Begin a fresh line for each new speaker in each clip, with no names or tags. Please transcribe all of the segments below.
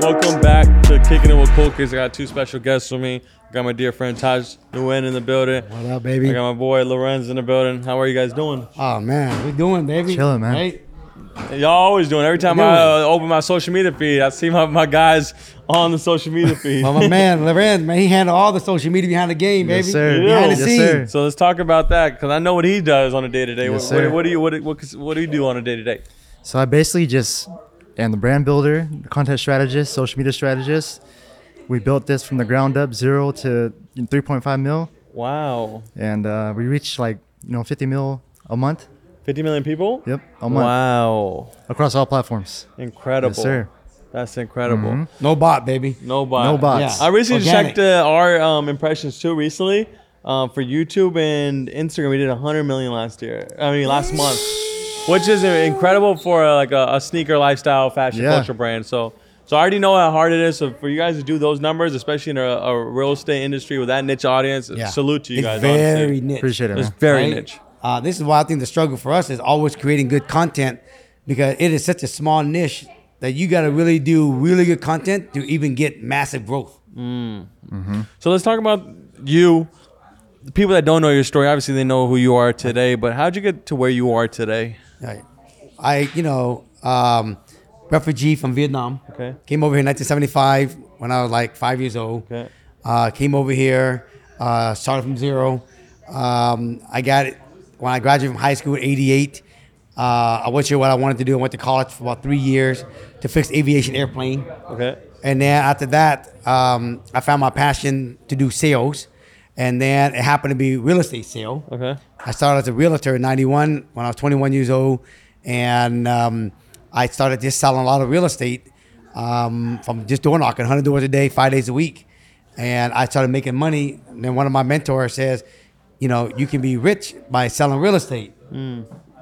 Welcome back to Kicking It with Cool Kids. I got two special guests with me. I got my dear friend Taj Nguyen in the building.
What
I
up, baby?
got my boy Lorenz in the building. How are you guys doing?
Oh man, we doing, baby?
Chilling, man.
Hey,
Y'all always doing. Every time I uh, open my social media feed, I see my, my guys on the social media feed.
well, my man Lorenz, man, he handle all the social media behind the game, baby.
Yes, sir.
Behind the
Yes,
scenes.
sir.
so let's talk about that because I know what he does on a day to day. What
Yes, sir.
what- what do you what, what what do you do on a day to day?
So I basically just am the brand builder, content strategist, social media strategist. We built this from the ground up, zero to 3.5 mil,
Wow,
and uh, we reached like you know 50 mil a month.
fifty million people.
Yep, a month
Wow,
across all platforms.
incredible.
Yes, sir. Mm-hmm.
That's incredible.
No bot, baby.
No bot.
No bots.
I recently just
Organic.
checked uh, our um, impressions too. Recently, um, for YouTube and Instagram, we did 100 million last year. I mean, last month, which is incredible for uh, like a, a sneaker lifestyle fashion
Yeah.
culture brand. So, so I already know how hard it is. So for you guys to do those numbers, especially in a, a real estate industry with that niche audience, salute to you
It's
guys.
Very
honestly.
niche.
Appreciate it,
It's
man.
very
right?
niche.
Uh, this is why I think the struggle for us is always creating good content because it is such a small niche that you got to really do really good content to even get massive growth.
So let's talk about you. The people that don't know your story, obviously they know who you are today. But how'd you get to where you are today?
Right. I, you know, um, refugee from Vietnam.
Okay.
Came over here in 1975 when I was like five years old.
Okay.
Uh, came over here, uh, started from zero. Um, I got it when I graduated from high school in 88. Uh, I wasn't sure what I wanted to do. I went to college for about three years to fix aviation airplane.
Okay.
And then after that, um, I found my passion to do sales. And then it happened to be real estate sale.
Okay.
I started as a realtor in 91 when I was 21 years old. And um, I started just selling a lot of real estate um, from just door knocking 100 doors a day, five days a week. And I started making money. And then one of my mentors says, you know, you can be rich by selling real estate,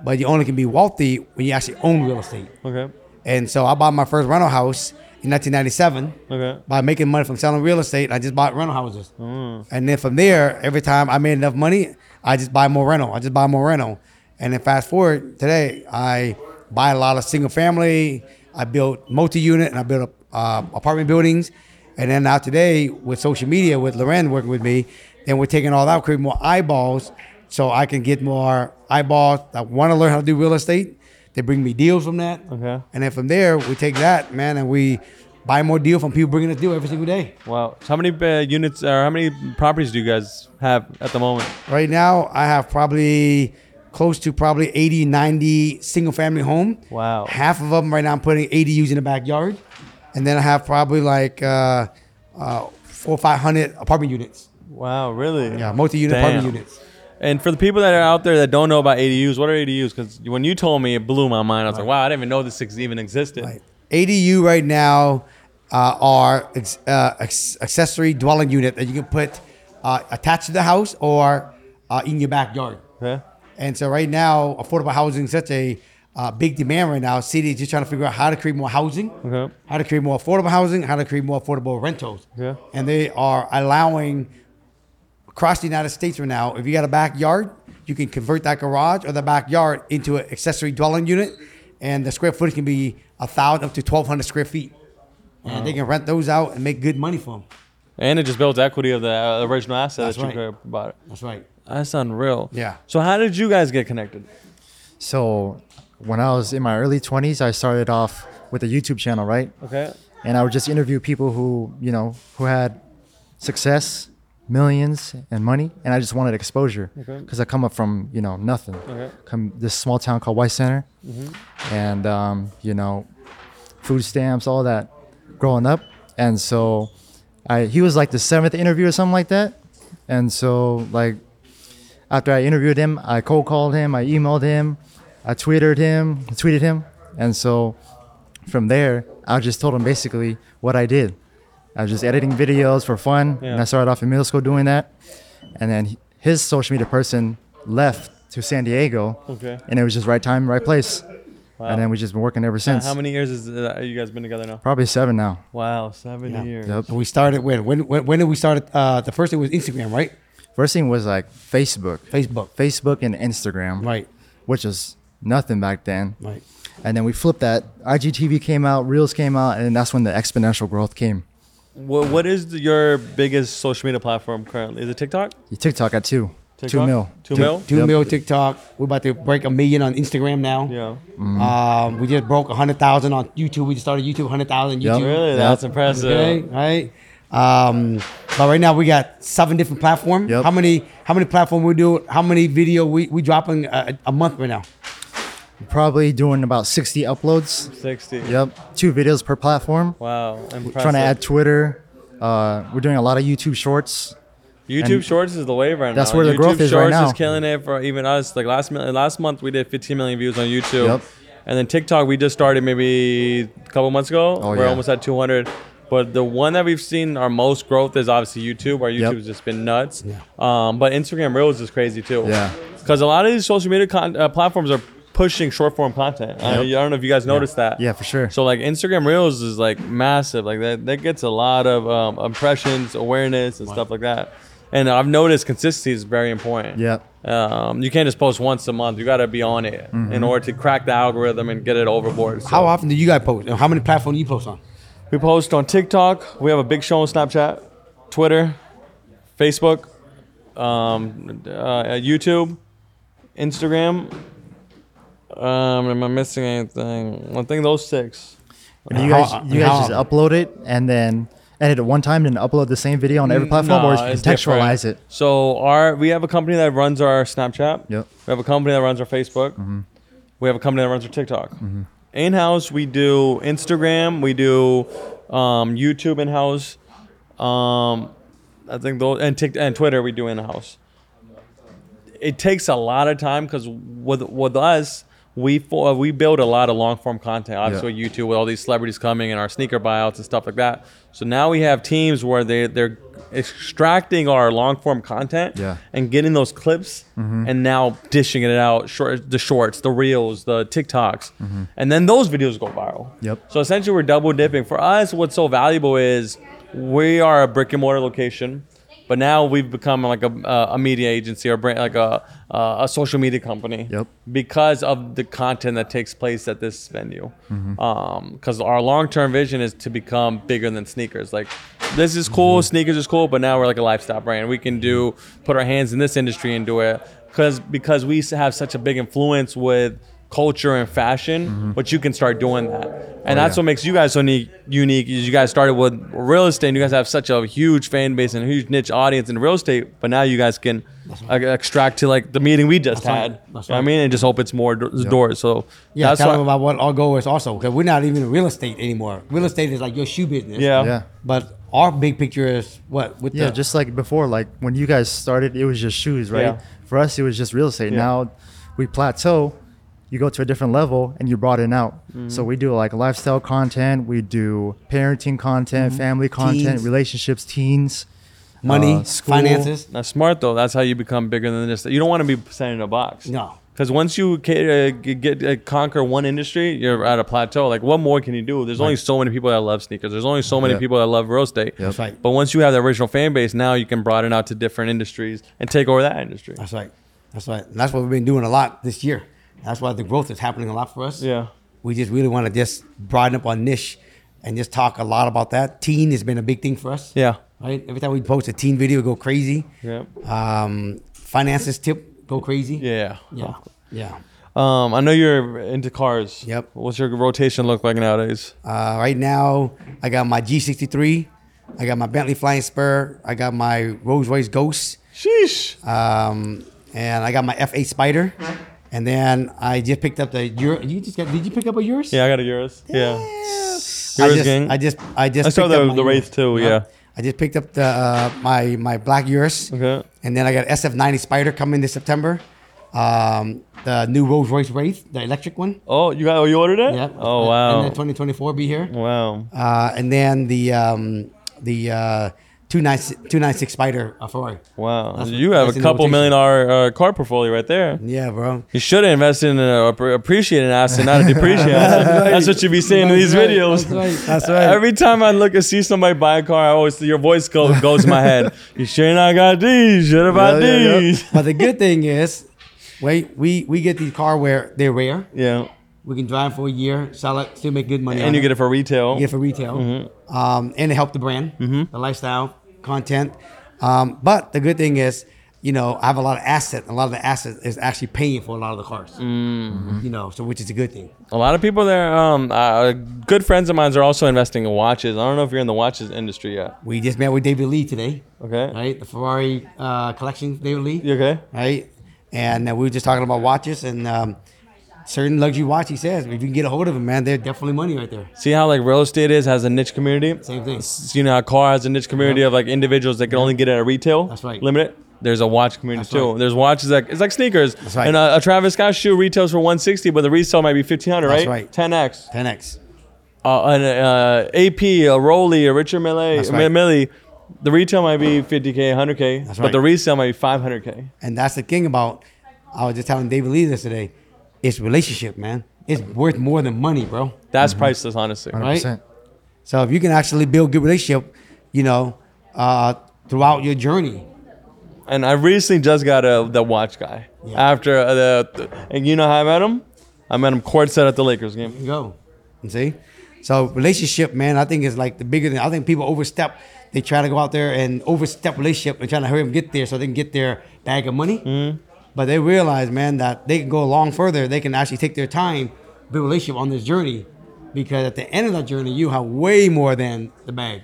but you only can be wealthy when you actually own real estate.
Okay.
And so I bought my first rental house in 1997
Okay.
by making money from selling real estate. I just bought rental houses. And then from there, every time I made enough money, I just buy more rental. I just buy more rental. And then fast forward today, I buy a lot of single family. I built multi unit and I built uh, apartment buildings. And then now today with social media, with Loren working with me, then we're taking all that, create more eyeballs so I can get more eyeballs that want to learn how to do real estate. They bring me deals from that.
Okay.
And then from there, we take that, man, and we buy more deal from people bringing us deal every single day.
Wow. So how many uh, units or how many properties do you guys have at the moment?
Right now, I have probably close to probably 80, 90 single family home.
Wow.
Half of them right now, I'm putting ADUs in the backyard. And then I have probably like uh, uh, four or 500 apartment units.
Wow, really?
Yeah, multi-unit apartment
Damn.
units.
And for the people that are out there that don't know about ADUs, what are ADUs? Because when you told me, it blew my mind. I was like, wow, I didn't even know this ex- even existed.
Right. ADU right now uh, are ex- uh, ex- accessory dwelling unit that you can put uh, attached to the house or uh, in your backyard.
Okay.
And so right now, affordable housing is such a uh, big demand right now. City is just trying to figure out how to create more housing,
Okay.
how to create more affordable housing, how to create more affordable rentals.
Yeah.
And they are allowing across the United States right now, if you got a backyard, you can convert that garage or the backyard into an accessory dwelling unit, and the square footage can be a thousand up to twelve hundred square feet. And they can rent those out and make good money for them.
And it just builds equity of the uh, original asset
That's
that you
right.
could- bought.
That's right.
That's unreal.
Yeah.
So how did you guys get connected?
So when I was in my early 20s, I started off with a YouTube channel, right?
Okay.
And I would just interview people who you know who had success, millions, and money, and I just wanted exposure because I come up from you know nothing.
Okay.
Come this small town called White Center, and um, you know, food stamps, all that, growing up, and so I he was like the seventh interview or something like that, and so like after I interviewed him, I cold called him, I emailed him, I tweeted him, tweeted him, and so from there, I just told him basically what I did. I was just editing videos for fun, and
Yeah.
I started off in middle school doing that. And then he- his social media person left to San Diego,
Okay.
and it was just right time, right place.
Wow.
And then we've just been working ever since.
how many years has uh, you guys been together now?
Probably seven now.
Wow, seven
Yeah.
years.
Yep.
So we started when? When, when, when did we start? Uh, the first thing was Instagram, right?
First thing was like Facebook,
Facebook.
Facebook and Instagram,
Right.
which is nothing back then.
Right.
And then we flipped that. IGTV came out, Reels came out, and that's when the exponential growth came.
What, what is the- your biggest social media platform currently? Is it TikTok?
TikTok at two, two
TikTok?
mil.
Two mil?
Two
Yep.
mil TikTok. We're about to break a million on Instagram now.
Yeah.
Mm-hmm.
Um, we just broke hundred thousand on YouTube. We just started YouTube hundred thousand
Yep.
YouTube.
Really?
Yeah.
That's impressive.
Okay, right. Um, but right now we got seven different platforms.
Yep.
How many? How many platform we do? How many video we we dropping a, a month right now?
Probably doing about 60 uploads.
60.
Yep. Two videos per platform.
Wow. Impressive.
Trying to add Twitter. Uh, we're doing a lot of YouTube shorts.
YouTube
and-
Shorts is the wave right
That's
now.
where the
YouTube
growth is
Shorts
right now.
is killing it for even us. Like last mi- last month, we did 15 million views on YouTube.
Yep.
And then TikTok, we just started maybe a couple months ago.
Oh,
We're
yeah.
almost at 200. But the one that we've seen our most growth is obviously YouTube. Our
Yep.
YouTube's just been nuts. Um, but Instagram Reels is crazy too.
Yeah.
Because a lot of these social media con- uh, platforms are pushing short form content. I, I
Yep.
don't know if you guys noticed that.
Yeah, for sure.
So like Instagram Reels is like massive. Like that that gets a lot of um, impressions, awareness, and stuff like that. And I've noticed consistency is very important.
Yep.
Um, you can't just post once a month. You got to be on it in order to crack the algorithm and get it overboard. So
How often do you guys post? And how many platforms you post on?
we post on TikTok. We have a big show on Snapchat, Twitter, Facebook, um, uh, YouTube, Instagram. Um, am I missing anything? I think those six.
And you
How-
guys,
and
you guys
how-
just upload it and then edit it one time and upload the same video on every platform, or
No,
just
Mm, it's
contextualize
different.
it.
So our we have a company that runs our Snapchat.
Yep. Mm-hmm.
We have a company that runs our Facebook. We have a company that runs our TikTok. In house, we do Instagram. We do um, YouTube in house. Um, I think those and Tik and Twitter we do in house. It takes a lot of time because with with us. We for, we build a lot of long form content, obviously with YouTube, with all these celebrities coming and our sneaker buyouts and stuff like that. So now we have teams where they they're extracting our long form content
Yeah.
and getting those clips
Mm-hmm.
and now dishing it out short the shorts the reels the tiktoks and then those videos go viral
Mm-hmm. Yep.
so essentially we're double dipping for us what's so valuable is we are a brick and mortar location but now we've become like a, a media agency or brand, like a, a social media company
Yep.
because of the content that takes place at this venue.
Mm-hmm.
Because our long term vision is to become bigger than sneakers. Like, this is cool,
Mm-hmm.
sneakers is cool, but now we're like a lifestyle brand. We can do put our hands in this industry and do it because because we have such a big influence with culture and fashion.
Mm-hmm.
But you can start doing that, and
Oh,
that's
yeah.
what makes you guys so unique. Unique is you guys started with real estate. and You guys have such a huge fan base and a huge niche audience in real estate, but now you guys can. uh, Extract to like the meeting we just
That's right.
had.
That's
You know what I
right.
mean, and just opens more do- doors. So
Yeah,
that's
tell
why.
them about what our goal is also because we're not even in real estate anymore. Real estate is like your shoe business.
yeah.
Yeah.
But our big picture is what with
Yeah,
the
just like before, like when you guys started, it was just shoes, right?
Yeah.
For us, it was just real estate. Now we plateau, you go to a different level, and you broaden out. So we do like lifestyle content, we do parenting content, family content,
Teens.
relationships, teens.
money,
uh, school.
finances.
That's smart though. That's how you become bigger than this. You don't want to be sent in a box.
No.
Because once you ca- uh, g- get uh, conquer one industry, you're at a plateau. Like, what more can you do? There's only so many people that love sneakers. There's only so many
Yeah.
people that love real estate.
That's
right.
But once you have the original fan base, now you can broaden out to different industries and take over that industry.
That's right. That's right. And that's what we've been doing a lot this year. That's why the growth is happening a lot for us.
Yeah.
We just really want to just broaden up our niche and just talk a lot about that. Teen has been a big thing for us.
Yeah.
Right? Every time we post a teen video, we go crazy.
Yeah.
Um, finances tip, go crazy.
Yeah.
Yeah. Yeah.
Um, I know you're into cars.
Yep.
What's your rotation look like nowadays?
Uh, right now, I got my G63. I got my Bentley Flying Spur. I got my Rolls Royce Ghost.
Sheesh.
Um, and I got my F8 Spider. And then I just picked up the Euro. You just got? Did you pick up a yours?
Yeah, I got a Urus. Yeah.
I
Yours,
just,
gang?
I just, I just.
I saw
picked up
the-
my
the race too,
Urus.
yeah.
I just picked up the uh, my my black Urus.
Okay.
And then I got SF90 Spider coming this September. Um, the new Rolls Royce Wraith, the electric one.
Oh, you got? Oh, you ordered it?
Yeah.
Oh
And then
wow.
2024 be here.
Wow.
Uh, and then the um, the uh, 296 296 Spider uh, Ferrari.
Wow,
That's-
you have
that's
a
in
couple
rotation.
million dollar uh, car portfolio right there.
Yeah, bro.
You should have invested in a appre- appreciating asset, not a depreciating asset. That's what you be saying in these
right,
videos.
that's right. That's
right. Every time I look and see somebody buy a car, I always your voice go, goes in my head. You sure not got these? Should have bought
Yeah, yeah, yeah.
these.
But the good thing is, Wait, we we get these car where they're rare.
Yeah.
We can drive for a year, sell it, still make good money.
And you get Mm-hmm. it for retail.
get it for retail, um, and it helped the brand,
Mm-hmm.
the lifestyle content. Um, but the good thing is, you know, I have a lot of asset. A lot of the asset is actually paying for a lot of the cars.
Mm-hmm.
Mm-hmm. You know, so which is a good thing.
A lot of people there, um, uh, good friends of mine are also investing in watches. I don't know if you're in the watches industry yet.
We just met with David Lee today.
Okay.
Right, the Ferrari uh, collection, David Lee.
You okay?
right? And uh, we were just talking about watches and um, certain luxury watch. He says if you can get a hold of them, man, they're definitely money right there.
See how like real estate is has a niche community.
Same thing.
S- You know, how car has a niche community of like individuals that can only get it at retail.
That's right.
Limited. There's a watch community
That's
too.
right.
There's watches that it's like sneakers. That's
right.
And uh, a, a Travis Scott shoe retails for 160, but the resale might be 1500,
That's
right?
right.
10x.
10x.
uh, an uh, AP, a Rolly, a Richard Mille,
That's right.
Mille, the retail might be 50k, 100k,
That's
but the
right.
resale might be 500k.
And that's the thing about. I was just telling David Lee this today. It's relationship, man. It's worth more than money, bro.
That's priceless, honestly.
100%.
So if you can actually build good relationship, you know, uh, throughout your journey,
And I recently just got a the watch guy
Yeah.
after uh, the, the- and you know how I met him? I met him courtside at the Lakers game.
you go. You see? So relationship, man, I think is like the bigger thing. I think people overstep. They try to go out there and overstep relationship and trying to hurry them get there so they can get their bag of money. But they realize, man, that they can go along further. They can actually take their time, build relationship on this journey. Because at the end of that journey, you have way more than the bag.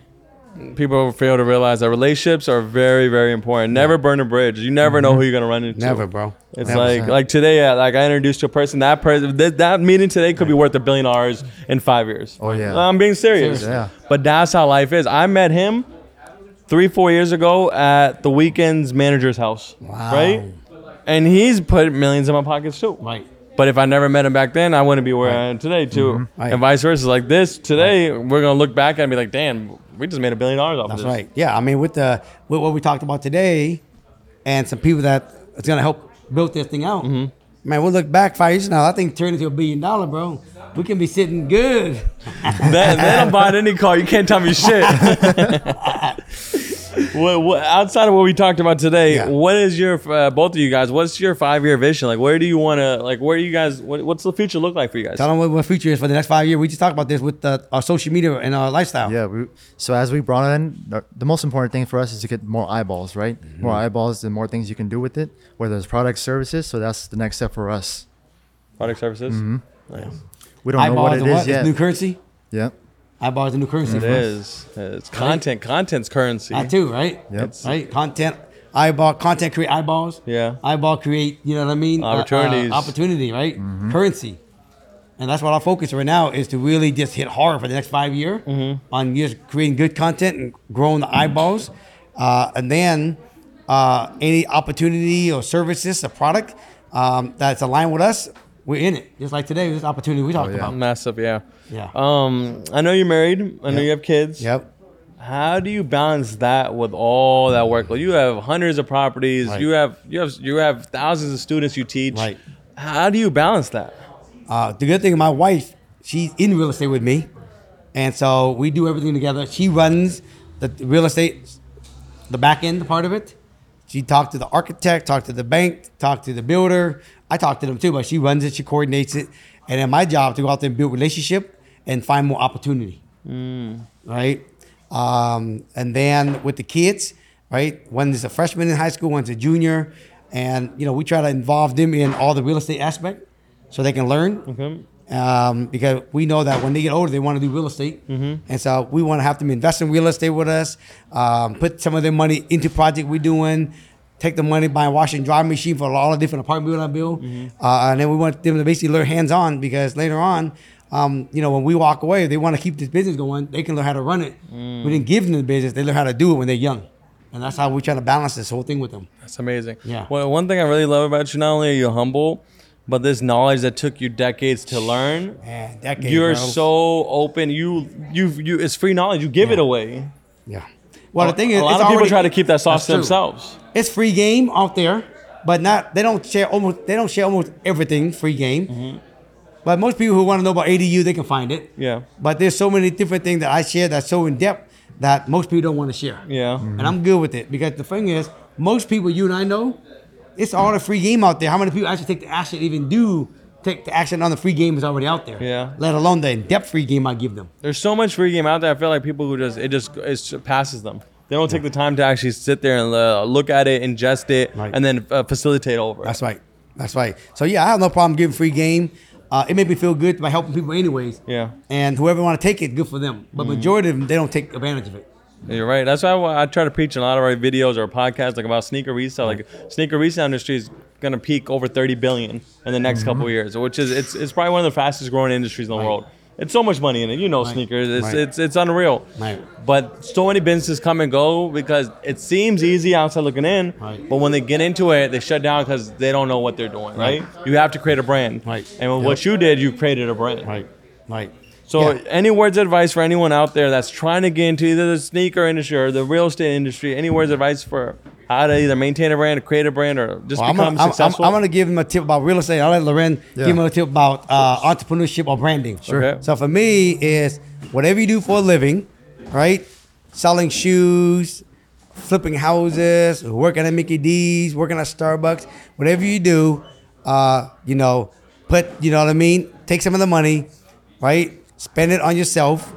People fail to realize that relationships are very, very important. Never burn a bridge. You never
Mm-hmm.
know who you're gonna run into.
Never, bro.
It's
Never.
like like today, uh, like I introduced to a person. That person, that, that meeting today could be worth a billion dollars in five years.
Oh, yeah.
I'm being serious.
Seriously. Yeah.
But that's how life is. I met him three, four years ago at the weekend's manager's house.
Wow.
Right. And he's put millions in my pockets too.
Right.
But if I never met him back then, I wouldn't be where I am today too.
Right.
And vice versa. Like this today, we're gonna look back and be like, damn, we just made a billion dollars off
That's
of this.
right. Yeah, I mean, with the with what we talked about today, and some people that it's gonna help build this thing out. Man, we'll look back five years from now. I think turn into a billion dollar, bro. We can be sitting good.
they, they don't buy any car. You can't tell me shit. what, what, outside of what we talked about today,
Yeah.
what is your uh, both of you guys? What's your five year vision? Like, where do you want to? Like, where do you guys? What, what's the future look like for you guys?
Tell them what, what future is for the next five years. We just talked about this with uh our social media and our lifestyle.
Yeah. We, so as we brought in, the- the most important thing for us is to get more eyeballs, right?
Mm-hmm.
More eyeballs, the more things you can do with it, whether it's products, services. So that's the next step for us.
Product services. Nice.
We don't know
Eyeballs
what it
and
is
what? It's
yet.
new currency.
yeah.
Eyeballs and new currency.
It
for us.
is. It's content. Content's currency.
That too, right?
Yep.
Right. Content. Eyeball content create eyeballs.
Yeah.
Eyeball create. You know what I mean? Uh, uh,
Opportunities.
opportunity, right?
Mm-hmm.
Currency. And that's what our focus right now is to really just hit hard for the next five year
Mm-hmm.
on just creating good content and growing the eyeballs, uh, and then uh, any opportunity or services or product um, that's aligned with us, we're in it. Just like today, this opportunity we talked
Oh, yeah.
about.
Massive. Yeah.
Yeah.
Um, I know you're married. I know
Yep.
you have kids.
Yep.
How do you balance that with all that work? Like you have hundreds of properties.
Right.
You have you have you have thousands of students you teach.
Right.
How do you balance that?
Uh, the good thing, my wife, she's in real estate with me, and so we do everything together. She runs the real estate, the back end part of it. She talked to the architect, talked to the bank, talked to the builder. I talked to them too, but she runs it, she coordinates it, and then my job to go out there and build relationship and find more opportunity right? Um, and then with the kids, right? One is a freshman in high school, one's a junior, and you know we try to involve them in all the real estate aspect so they can learn. Um, because we know that when they get older, they want to do real estate, and so we want to have them invest in real estate with us, um, put some of their money into project we're doing. Take the money, buy a wash and dry machine for all the different apartment building I build,
Mm-hmm.
uh, and then we want them to basically learn hands on because later on um, you know, when we walk away, they want to keep this business going. They can learn how to run it.
Mm.
We didn't give them the business; they learn how to do it when they're young, and that's how we try to balance this whole thing with them.
That's amazing.
Yeah.
Well, one thing I really love about you, not only are you humble, but this knowledge that took you decades to learn.
Man, that game,
You're
bro.
so open. You you you. It's free knowledge. You give it away.
yeah. Well, the thing is,
a lot
it's
of people
already-
try to keep that sauce
That's
to
true.
themselves.
It's free game out there, but not they don't share almost they don't share almost everything free game.
Mm-hmm.
But most people who want to know about ADU, they can find it.
Yeah.
But there's so many different things that I share that's so in depth that most people don't want to share.
Yeah.
and I'm good with it because the thing is, most people you and I know it's all the free game out there. How many people actually take the action? Even do take the action on the free game is already out there.
Yeah.
Let alone the in-depth free game I give them.
There's so much free game out there. I feel like people who just it just it just passes them. They don't take the time to actually sit there and uh, look at it, ingest it,
Right.
and then uh, facilitate over. it.
That's right. That's right. So yeah, I have no problem giving free game. Uh, it made me feel good by helping people, anyways.
Yeah.
And whoever want to take it, good for them. But majority of them, they don't take advantage of it.
You're right. That's why I, I try to preach in a lot of our videos or podcasts like about sneaker resale. Like sneaker resale industry is gonna peak over 30 billion in the next
Mm-hmm.
couple of years, which is it's it's probably one of the fastest growing industries in the world. It's so much money in it. You know, sneakers. It's,
Right.
it's it's unreal.
Right.
But so many businesses come and go because it seems easy outside looking in,
Right.
but when they get into it, they shut down because they don't know what they're doing. Right.
Right.
You have to create a brand.
Right.
And
Yep.
what you did, you created a brand.
Right.
So,
Yeah.
any words of advice for anyone out there that's trying to get into either the sneaker industry or the real estate industry? Any words of advice for how to either maintain a brand, create a brand, or just
Well,
become
I'm, gonna, I'm, I'm,
successful?
I'm gonna give him a tip about real estate. I'll let Loren
Yeah.
give him a tip about uh, entrepreneurship or branding.
Sure. Okay.
So for me is whatever you do for a living, right? Selling shoes, flipping houses, working at Mickey D's, working at Starbucks, whatever you do, uh, you know, put you know what I mean. Take some of the money, right? Spend it on yourself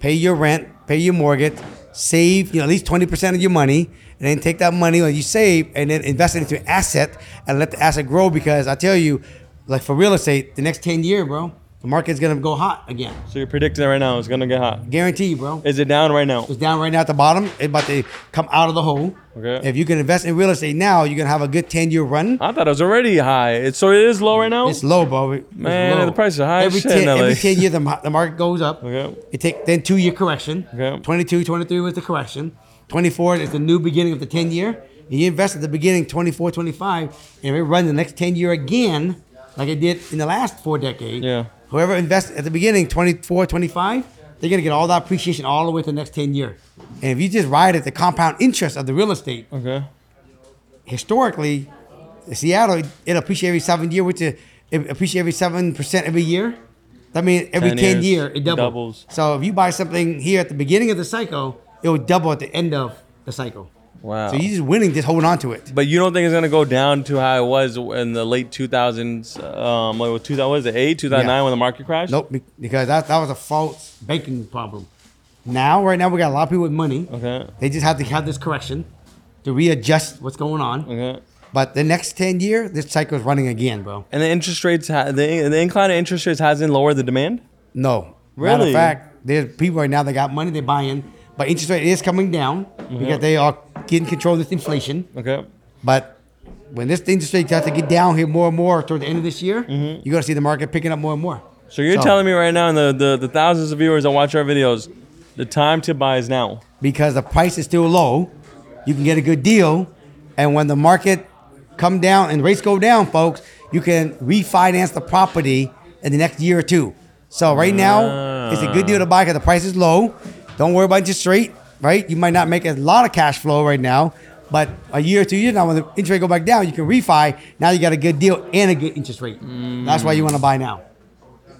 pay your rent, pay your mortgage, save you know at least twenty percent of your money, and then take that money that you save and then invest it into an asset and let the asset grow. Because I tell you, like for real estate, the next ten year, bro, the market's gonna go hot again.
so you're predicting right now it's gonna get hot.
Guarantee you, bro.
Is it down right now?
It's down right now at the bottom. It's about to come out of the hole.
Okay.
If you can invest in real estate now, you're gonna have a good ten year run.
I thought it was already high. It's, so it is low right now.
It's low, bro. It's
Man,
low.
the prices are high as
Every
shit
10,
in LA.
every 10 years, the, mar- the market goes up.
Okay.
It take then two year correction.
Okay.
22, 23 was the correction. 24 is the new beginning of the 10 year. And you invest at the beginning 24, 25, and it runs the next 10 year again, like it did in the last four decades.
Yeah.
Whoever invests at the beginning 24, 25, they're going to get all that appreciation all the way to the next 10 year. And if you just ride at the compound interest of the real estate,
okay.
historically, Seattle it appreciates every seven year, which is it appreciates every seven percent every year. That means every
10
ten,
years,
year it doubles.
doubles.
So if you buy something here at the beginning of the cycle, it will double at the end of the cycle.
Wow.
So you're just winning, just holding on to it.
but you don't think it's gonna go down to how it was in the late 2000s? Um, like what 2000 was it eight, 2009
Yeah.
when the market crashed?
Nope, be- because that that was a false banking problem. Now, right now, we got a lot of people with money.
Okay.
They just have to have this correction to readjust what's going on.
Okay.
But the next ten year, this cycle is running again, bro.
And the interest rates, ha- the the incline of interest rates hasn't lowered the demand.
No. Matter
Really?
of fact, there's people right now that got money, they're buying, but interest rate is coming down because they are getting control of this inflation.
Okay.
But when this interest rate starts to get down here more and more toward the end of this year, you're gonna see the market picking up more and more.
So you're
So-
telling me right now, and the, the, the thousands of viewers that watch our videos, the time to buy is now.
Because the price is still low, you can get a good deal, and when the market come down and rates go down, folks, you can refinance the property in the next year or two. So right now, it's a good deal to buy because the price is low. Don't worry about interest rate, right? You might not make a lot of cash flow right now, but a year or two years now, when the interest rate go back down, you can refi. Now you got a good deal and a good interest rate. That's why you want to buy now.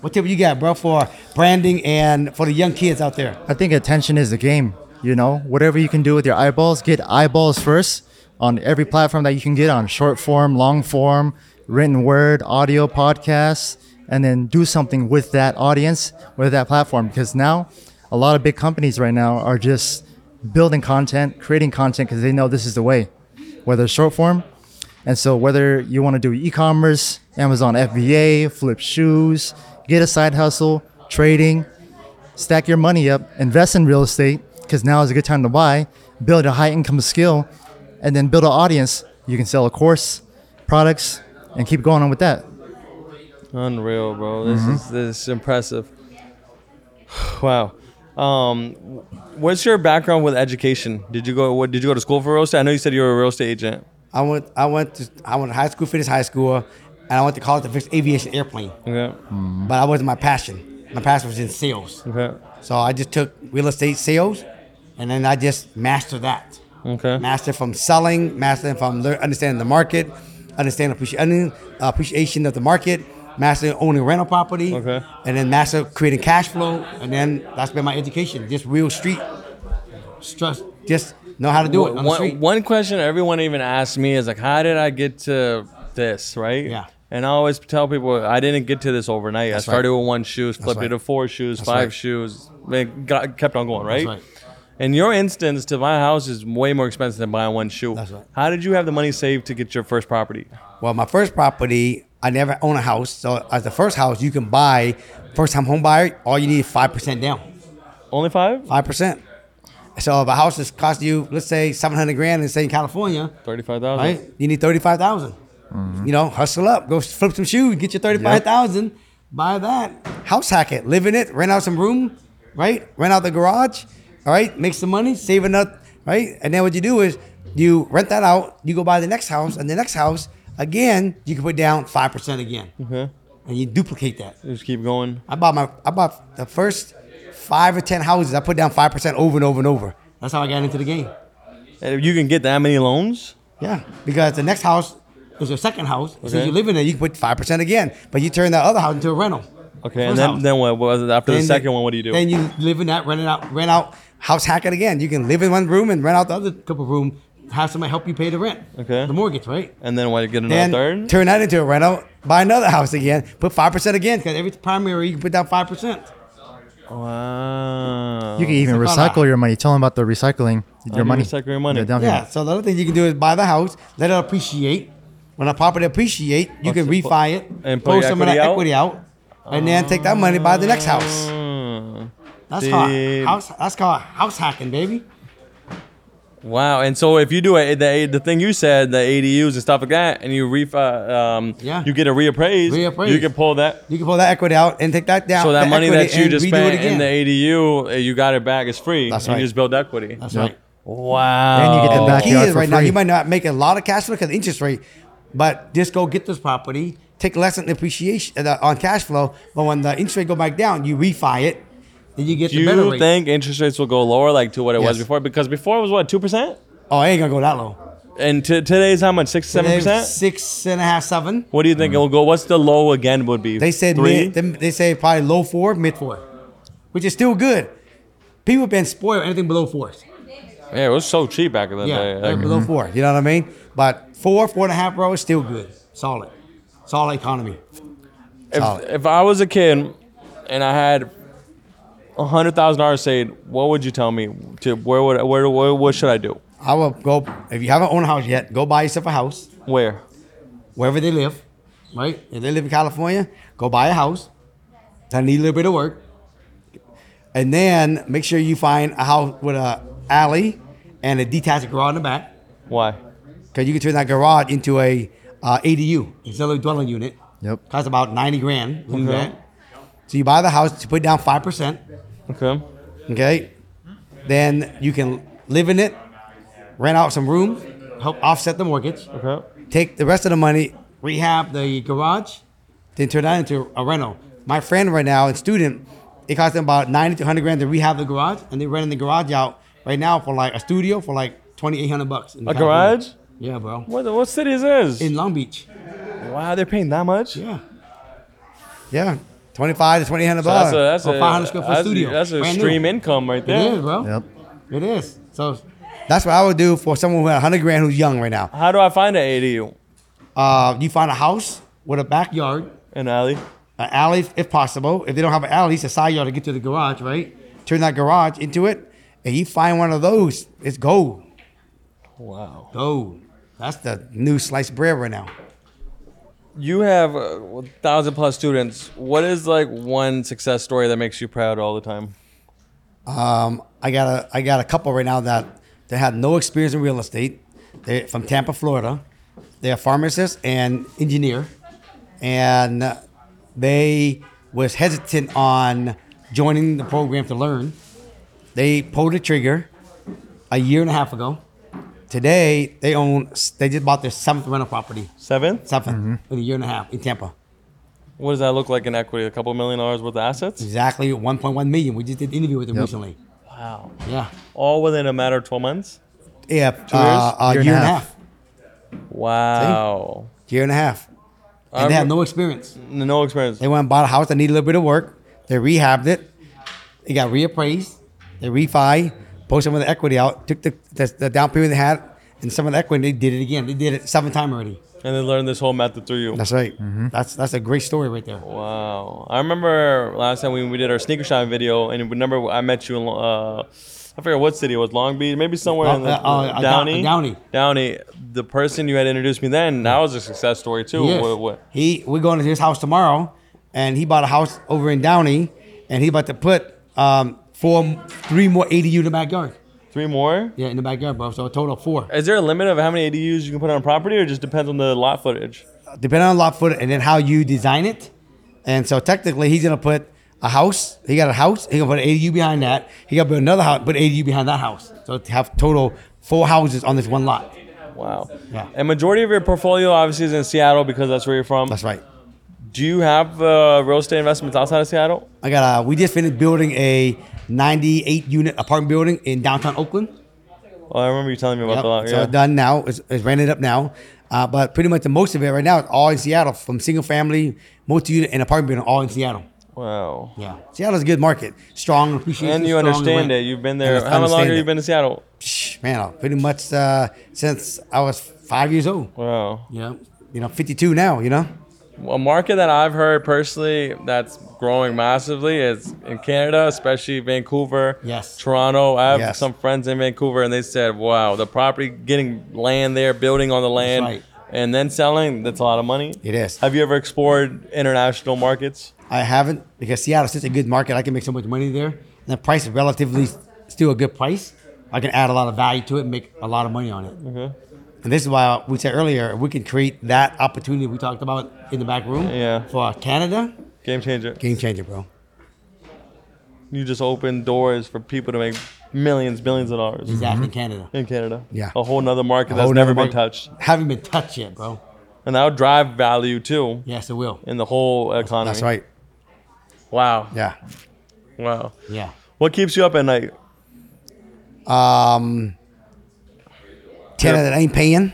What tip you got, bro, for branding and for the young kids out there?
I think attention is the game. You know, whatever you can do with your eyeballs, get eyeballs first on every platform that you can get on short form, long form, written word, audio, podcast, and then do something with that audience, with that platform. Because now a lot of big companies right now are just building content, creating content because they know this is the way, whether it's short form. And so, whether you want to do e commerce, Amazon FBA, flip shoes, get a side hustle, trading, stack your money up, invest in real estate because now is a good time to buy, build a high income skill, and then build an audience. You can sell a course, products, and keep going on with that.
Unreal, bro. This is this is impressive. Wow. Um, what's your background with education? Did you go? What did you go to school for real estate? I know you said you were a real estate agent.
I went. I went to. I went to high school, finished high school, and I went to college to fix aviation airplane.
Okay.
But I wasn't my passion. My passion was in sales.
Okay.
So I just took real estate sales, and then I just mastered that.
Okay.
Master from selling, mastering from lear- understanding the market, understanding appreci- un- appreciation of the market, mastering owning rental property,
Okay.
and then master creating cash flow, and then that's been my education. Just real street, stress, just know how to do it on the
One,
street.
one question everyone even asks me is like, how did I get to this, right?
Yeah.
And I always tell people I didn't get to this overnight. I started
right.
with one shoe, flipped
right.
it to four shoes, five
right.
shoes, and got, kept on going, right?
right.
In your instance, to buy a house is way more expensive than buying one shoe.
That's right.
How did you have the money saved to get your first property?
Well, my first property, I never own a house. So as the first house, you can buy first time home buyer. All you need is five percent down.
Only five?
Five percent. So if a house is cost you, let's say seven hundred grand in say California,
Thirty-five thousand.
right? You need thirty five You know, hustle up, go flip some shoes, get your thirty five thousand, buy that, house hack it, live in it, rent out some room, right? Rent out the garage, all right? Make some money, save enough, right? And then what you do is you rent that out, you go buy the next house, and the next house again, you can put down five percent again, and you duplicate that.
Just keep going.
I bought my I bought the first five or ten houses. I put down five percent over and over and over. That's how I got into the game.
And if you can get that many loans,
Yeah, because the next house is your second house. So
Okay.
you live in there, you can put five percent again, but you turn that other house into a rental.
okay. And then,
First house.
then what was it after
Then
the second one? What do you do?
Then you live in that, rent it out, rent out, house hack it again. You can live in one room and rent out the other couple room. Have somebody help you pay the rent.
Okay.
The mortgage, right?
and then what? You get another
Then
third.
turn that into a rental. Buy another house again. Put five percent again because every primary you can put down five percent.
wow.
You can even
It's about
recycle your money. Tell them about the recycling
do
your
Oh, you
money.
recycle your money?
Yeah, down
Yeah.
payment.
So the other thing you can do is buy the house, let it appreciate. When a property appreciate, you can
Okay, pu-
refi it,
and put
pull
your
some of that
equity
equity out, and then take that money buy the next house.
Mm.
That's called
Dude.
house. That's called house hacking, baby.
Wow. And so if you do it, the, the thing you said, the ADUs and stuff like that, and you ref, uh, um,
Yeah.
you get a reappraise,
Reappraise.
you can pull that.
You can pull that equity out and take that down.
So that money
equity
that you
and
just
redo it
spent in
again.
the ADU, uh, you got it back. It's free.
That's
and
right.
You just build equity.
That's
Yep.
right.
Wow.
And you get
Oh.
the back-
Key
Backyard
is
for
right now
free.
you might not make a lot of cash flow because interest rate, but just go get this property, take less on appreciation uh, on cash flow. But when the interest rate go back down, you refi it, then you get
Do
the better
you
rate.
think interest rates will go lower, like to what it was
Yes.
before? Because before it was what two percent,
oh, it ain't gonna go that low.
and to today's how much six seven percent.
Six and a half, seven.
What do you think it will go? What's the low again? Would be
They said
three.
mid, they, they say probably low four, mid four, which is still good. People have been spoiled anything below four.
yeah, it was so cheap back in the
Yeah,
day.
right
Like,
below four. You know what I mean? But four, four and a half, bro, is still good. Solid, solid economy.
if,
Solid.
if I was a kid and I had a hundred thousand dollars saved, what would you tell me? To where would where, where what should I do?
I will go if you haven't owned a house yet. Go buy yourself a house
Where?
wherever they live, right? If they live in California, go buy a house. That need a little bit of work, and then make sure you find a house with a alley and a detached garage in the back.
Why?
Because you can turn that garage into a uh, ADU, auxiliary dwelling unit.
Yep.
Costs about 90 grand. something like
Okay.
that. So you buy the house, you put down 5%,
Okay.
okay? Then you can live in it, rent out some room, help offset the mortgage,
Okay.
take the rest of the money, rehab the garage, then turn that into a rental. My friend right now, a student, it cost them about 90 to 100 grand to rehab the garage, and they're renting the garage out right now for like a studio for like 2,800 bucks. in
A
California.
garage?
Yeah, bro.
What what city is this?
In Long Beach.
wow, they're paying that much.
Yeah. Yeah. 25 to 2800 bucks.
That's a that's
Or
a
500 square foot
that's,
studio.
That's a
Brand new.
stream income right
It
there.
is, bro.
Yep.
It is. So that's what I would do for someone who had 100 grand who's young right now.
How do I find an ADU?
Uh, you find a house with a backyard,
An alley.
an alley if possible. If they don't have an alley, it's a side yard to get to the garage, right? Turn that garage into it, and you find one of those, it's gold.
Wow.
Gold. That's the new sliced bread right now.
You have a thousand plus students. What is like one success story that makes you proud all the time?
Um, I got a I got a couple right now that that had no experience in real estate. They're from Tampa, Florida. They're pharmacists and engineer, and they was hesitant on joining the program to learn. They pulled the trigger a year and a half ago. Today they own they just bought their seventh rental property,
Seventh.
7th in a year and a half in Tampa.
What does that look like in equity? A couple million dollars worth of assets.
Exactly 1.1 million. We just did an interview with them
Yep.
recently.
Wow.
Yeah,
All within a matter of twelve months.
yeah, uh, a year, and a half.
Wow.
year and a half. And they
I'm-
had no experience.
N- No experience.
They went and bought a house that needed a little bit of work. They rehabbed it. It got reappraised. They refi. pulled some of the equity out, took the, the, the down payment they had, and some of the equity, they did it again. They did it seven times already.
And they learned this whole method through you.
That's right. That's that's a great story right there.
Wow. I remember last time when we did our sneaker shine video, and remember I met you in, uh, I forget what city it was, Long Beach, maybe somewhere in the,
Uh, uh, uh,
Downey.
Downey.
Downey. The person you had introduced me then, that was a success story too.
Yes.
What, what?
He we're going to his house tomorrow, and he bought a house over in Downey, and he about to put um, four, three more ADU in the backyard.
Three more?
Yeah, in the backyard, bro. So a total of four.
Is there a limit of how many ADUs you can put on a property, or it just depends on the lot footage?
depending on lot foot and then how you design it. And so technically, he's gonna put a house. He got a house. He gonna put an ADU behind that. He got to put another house. Put an ADU behind that house. So to have total four houses on this one lot.
Wow.
Yeah.
And majority of your portfolio obviously is in Seattle because that's where you're from.
That's right.
Do you have uh, real estate investments outside of Seattle?
I got. A, we just finished building a 98 unit apartment building in downtown Oakland.
Oh, I remember you telling me about
Yep.
the lot.
So
Yeah.
done now. It's, it's rented up now. Uh, but pretty much the most of it right now is all in Seattle, from single family, multi unit, and apartment building, all in Seattle.
wow.
Yeah, Seattle's a good market, strong appreciation.
And you
strong
understand
rent.
it. You've been
And
there.
it's
How long
understand
have you
it.
been in Seattle?
Psh, man, uh, pretty much uh, since I was five years old.
Wow.
Yeah. You know, 52 now, you know?
A market that I've heard personally that's growing massively is in Canada, especially Vancouver,
Yes.
Toronto. I have
Yes.
some friends in Vancouver, and they said, "Wow, the property, getting land there, building on the land,
right.
and then selling—that's a lot of money."
It is.
Have you ever explored international markets?
I haven't because Seattle's such a good market. I can make so much money there. And the price is relatively still a good price. I can add a lot of value to it and make a lot of money on it.
Mm-hmm.
And this is why we said earlier, we can create that opportunity we talked about in the back room
Yeah.
for Canada.
Game changer.
Game changer, bro.
You just open doors for people to make millions, billions of dollars
Exactly, Canada.
in Canada.
Yeah.
A whole nother market that's
Whole
never
nother
been
market.
touched.
Haven't been touched yet, bro.
And that would drive value too
Yes, it will.
in the whole economy.
That's right.
Wow.
Yeah.
Wow.
Yeah.
What keeps you up at night?
Um, tenant that ain't paying.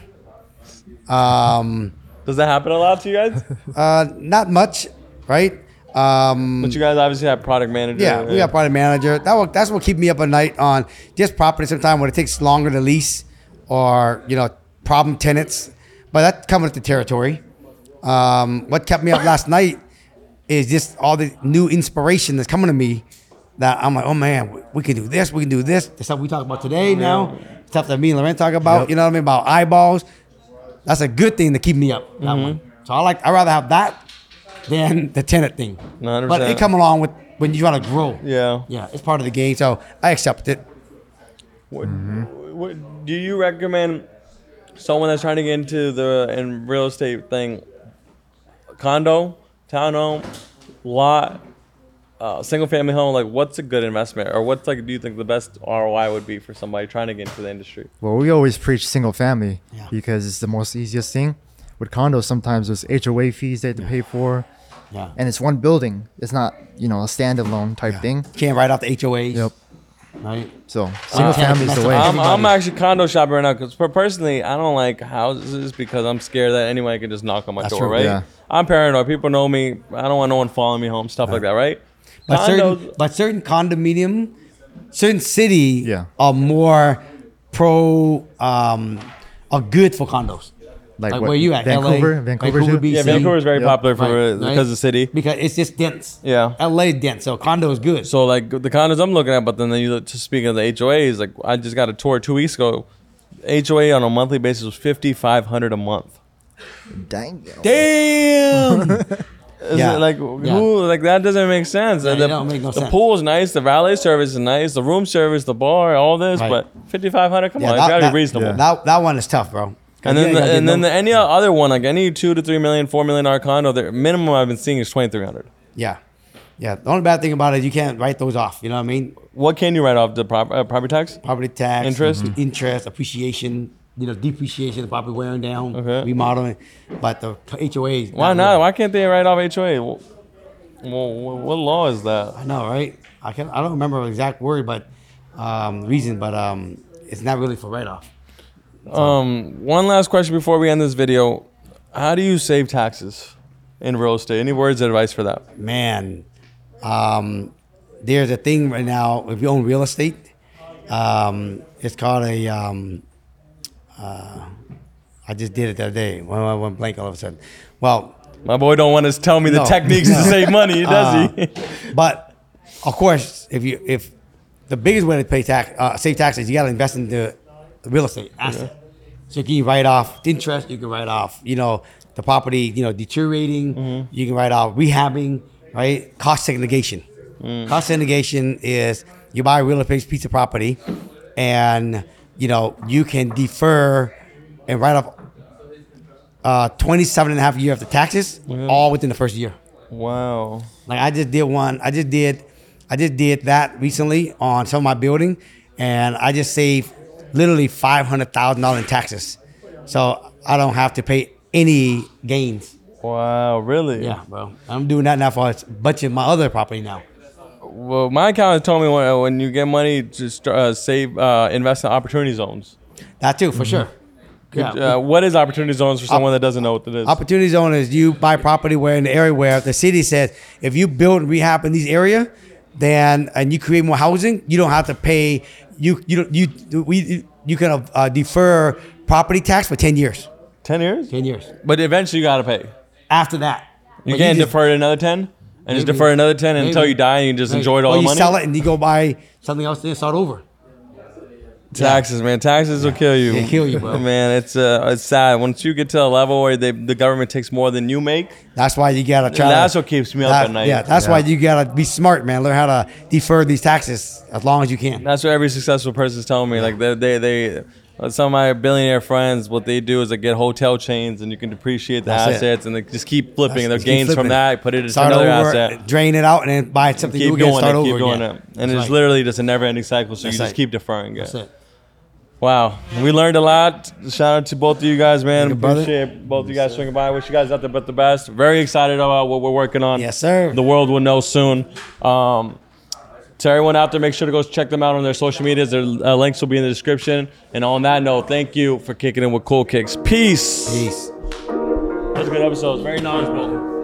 Um,
Does that happen a lot to you guys?
uh, not much, right? Um,
but you guys obviously have product manager.
yeah, we got property manager. That will, that's what keep me up at night on just property. Sometimes when it takes longer to lease, or you know, problem tenants, but that comes with the territory. Um, what kept me up last night is just all the new inspiration that's coming to me. That I'm like, oh man, we can do this, we can do this. The stuff we talk about today now, stuff that me and Loren talk about. You know what I mean about eyeballs. That's a good thing to keep me up. That one. So I like. I rather have that than the tenant thing.
100%.
But it come along with when you want to grow.
Yeah.
Yeah, it's part of the game. So I accept it.
What,
Mm-hmm.
what, do you recommend someone that's trying to get into the in real estate thing? Condo, townhome, lot, uh, single family home. Like, what's a good investment, or what's like? Do you think the best ROI would be for somebody trying to get into the industry?
Well, we always preach single family
Yeah.
because it's the most easiest thing. With condos, sometimes there's HOA fees they have to pay for,
Yeah.
and it's one building. It's not you know a standalone type thing.
Can't write off the HOAs.
Yep.
Right.
So single
Uh,
family is the way.
I'm, I'm
Everybody.
actually condo shopping right now because personally, I don't like houses because I'm scared that anyone can just knock on my
That's
door,
true,
right?
yeah.
I'm paranoid. People know me. I don't want no one following me home, stuff like that, right?
But certain,
Condos-
but certain condominium, certain city
Yeah.
are more pro, um, are good for condos. Like,
what,
where you at?
Vancouver,
LA,
Vancouver, too?
yeah,
BC.
Vancouver is very
Yep.
popular for
Right, right.
because of the city.
Because it's just dense.
Yeah.
LA is dense, so condo is good.
So like the condos I'm looking at, but then you look, just speaking of the HOAs, like I just got a tour two weeks ago. HOA on a monthly basis was fifty five hundred a month.
Dang.
Damn. Is
Yeah.
it like who like that doesn't make sense.
Yeah,
the,
it don't make no
the
sense.
pool's nice, the valet service is nice, the room service, the bar, all this,
Right.
but fifty five hundred, come on, it's gotta be reasonable.
yeah.
That, that one is tough, bro. 'Cause
And
you
then,
ain't
the,
gotta get
and then
no-
the, any other one, like any two to three million, four million dollar condo, the minimum I've been seeing is twenty three hundred.
yeah, yeah. The only bad thing about it is you can't write those off. You know what I mean?
What can you write off the prop, uh, property tax?
property tax, Mm-hmm.
Interest? Mhm.
interest, appreciation, you know, depreciation, the property wearing down,
Okay.
remodeling, but the HOAs.
Why not?
really.
Why can't they write off HOA? Well, well, what law is that?
I know, right? I can. I don't remember the exact word, but um, reason, but um, it's not really for write off.
Um, one last question before we end this video. How do you save taxes in real estate? Any words of advice for that?
man, um, there's a thing right now. If you own real estate, Um, it's called a. Um, uh, I just did it the other day. When I went blank all of a sudden. Well,
My boy don't want to tell me the
No. Uh-huh.
techniques to save money, does he?
but of course, if you if the biggest way to pay tax, uh, save taxes, you got to invest in the real estate asset. So you can write off the interest. You can write off, you know, the property, you know, deteriorating. You can write off rehabbing, right? Cost segregation. Cost segregation is you buy a real estate piece of property, and you know you can defer and write off uh, 27 and a half year of the taxes all within the first year.
wow.
Like I just did one. I just did, I just did that recently on some of my building, and I just saved literally five hundred thousand dollars in taxes, so I don't have to pay any gains.
Wow, really?
Yeah, bro. I'm doing that now for bunch of my other property now.
Well, my accountant told me when, when you get money, just uh, save, uh, invest in opportunity zones.
That too, for sure.
Could,
Yeah.
uh, what is opportunity zones for someone that doesn't know what it is?
Opportunity zone is you buy property where in the area where the city says if you build and rehab in these area, then and you create more housing, you don't have to pay. You you don't you we you can uh, defer property tax for ten years.
ten years?
Ten years.
But eventually, you gotta pay.
After that,
You
But
can't
just-
defer it another ten, and just
Maybe.
defer another ten until
Maybe.
you die, and you just
Right.
enjoy it all
Or
the
you
money.
sell it and you go buy something else and start over.
Taxes, man. Taxes will kill you.
They kill you, bro.
man. It's uh, it's sad. Once you get to a level where they, the government takes more than you make,
That's why you gotta try.
that's
to,
what keeps me up
that-
at night.
Yeah, that's why you gotta be smart, man. Learn how to defer these taxes as long as you can.
That's what every successful person's telling me. Like they, they, they uh, some of my billionaire friends, what they do is they get hotel chains and you can depreciate the
That's it.
assets and they just keep flipping
That's-
their
just keep
gains from
flipping.
that, put it into
Start
another
over,
asset.
drain it out, and then buy something
Keep
new again.
doing
Start
it,
over
keep doing
again.
it. And it's
right.
literally just a never ending cycle, so you
That's
just
right.
keep deferring
That's
it.
it.
Wow. We learned a lot. Shout out to both of you guys, man.
you, brother.
Appreciate both of you guys swinging by. Wish you guys out there but the best. Very excited about what we're working on.
Yes, sir.
The world will know soon. Um, to everyone out there, make sure to go check them out on their social medias. Their uh, links will be in the description. And on that note, thank you for kicking in with Cool Kicks. Peace.
Peace.
That was a good episode. It was Very knowledgeable.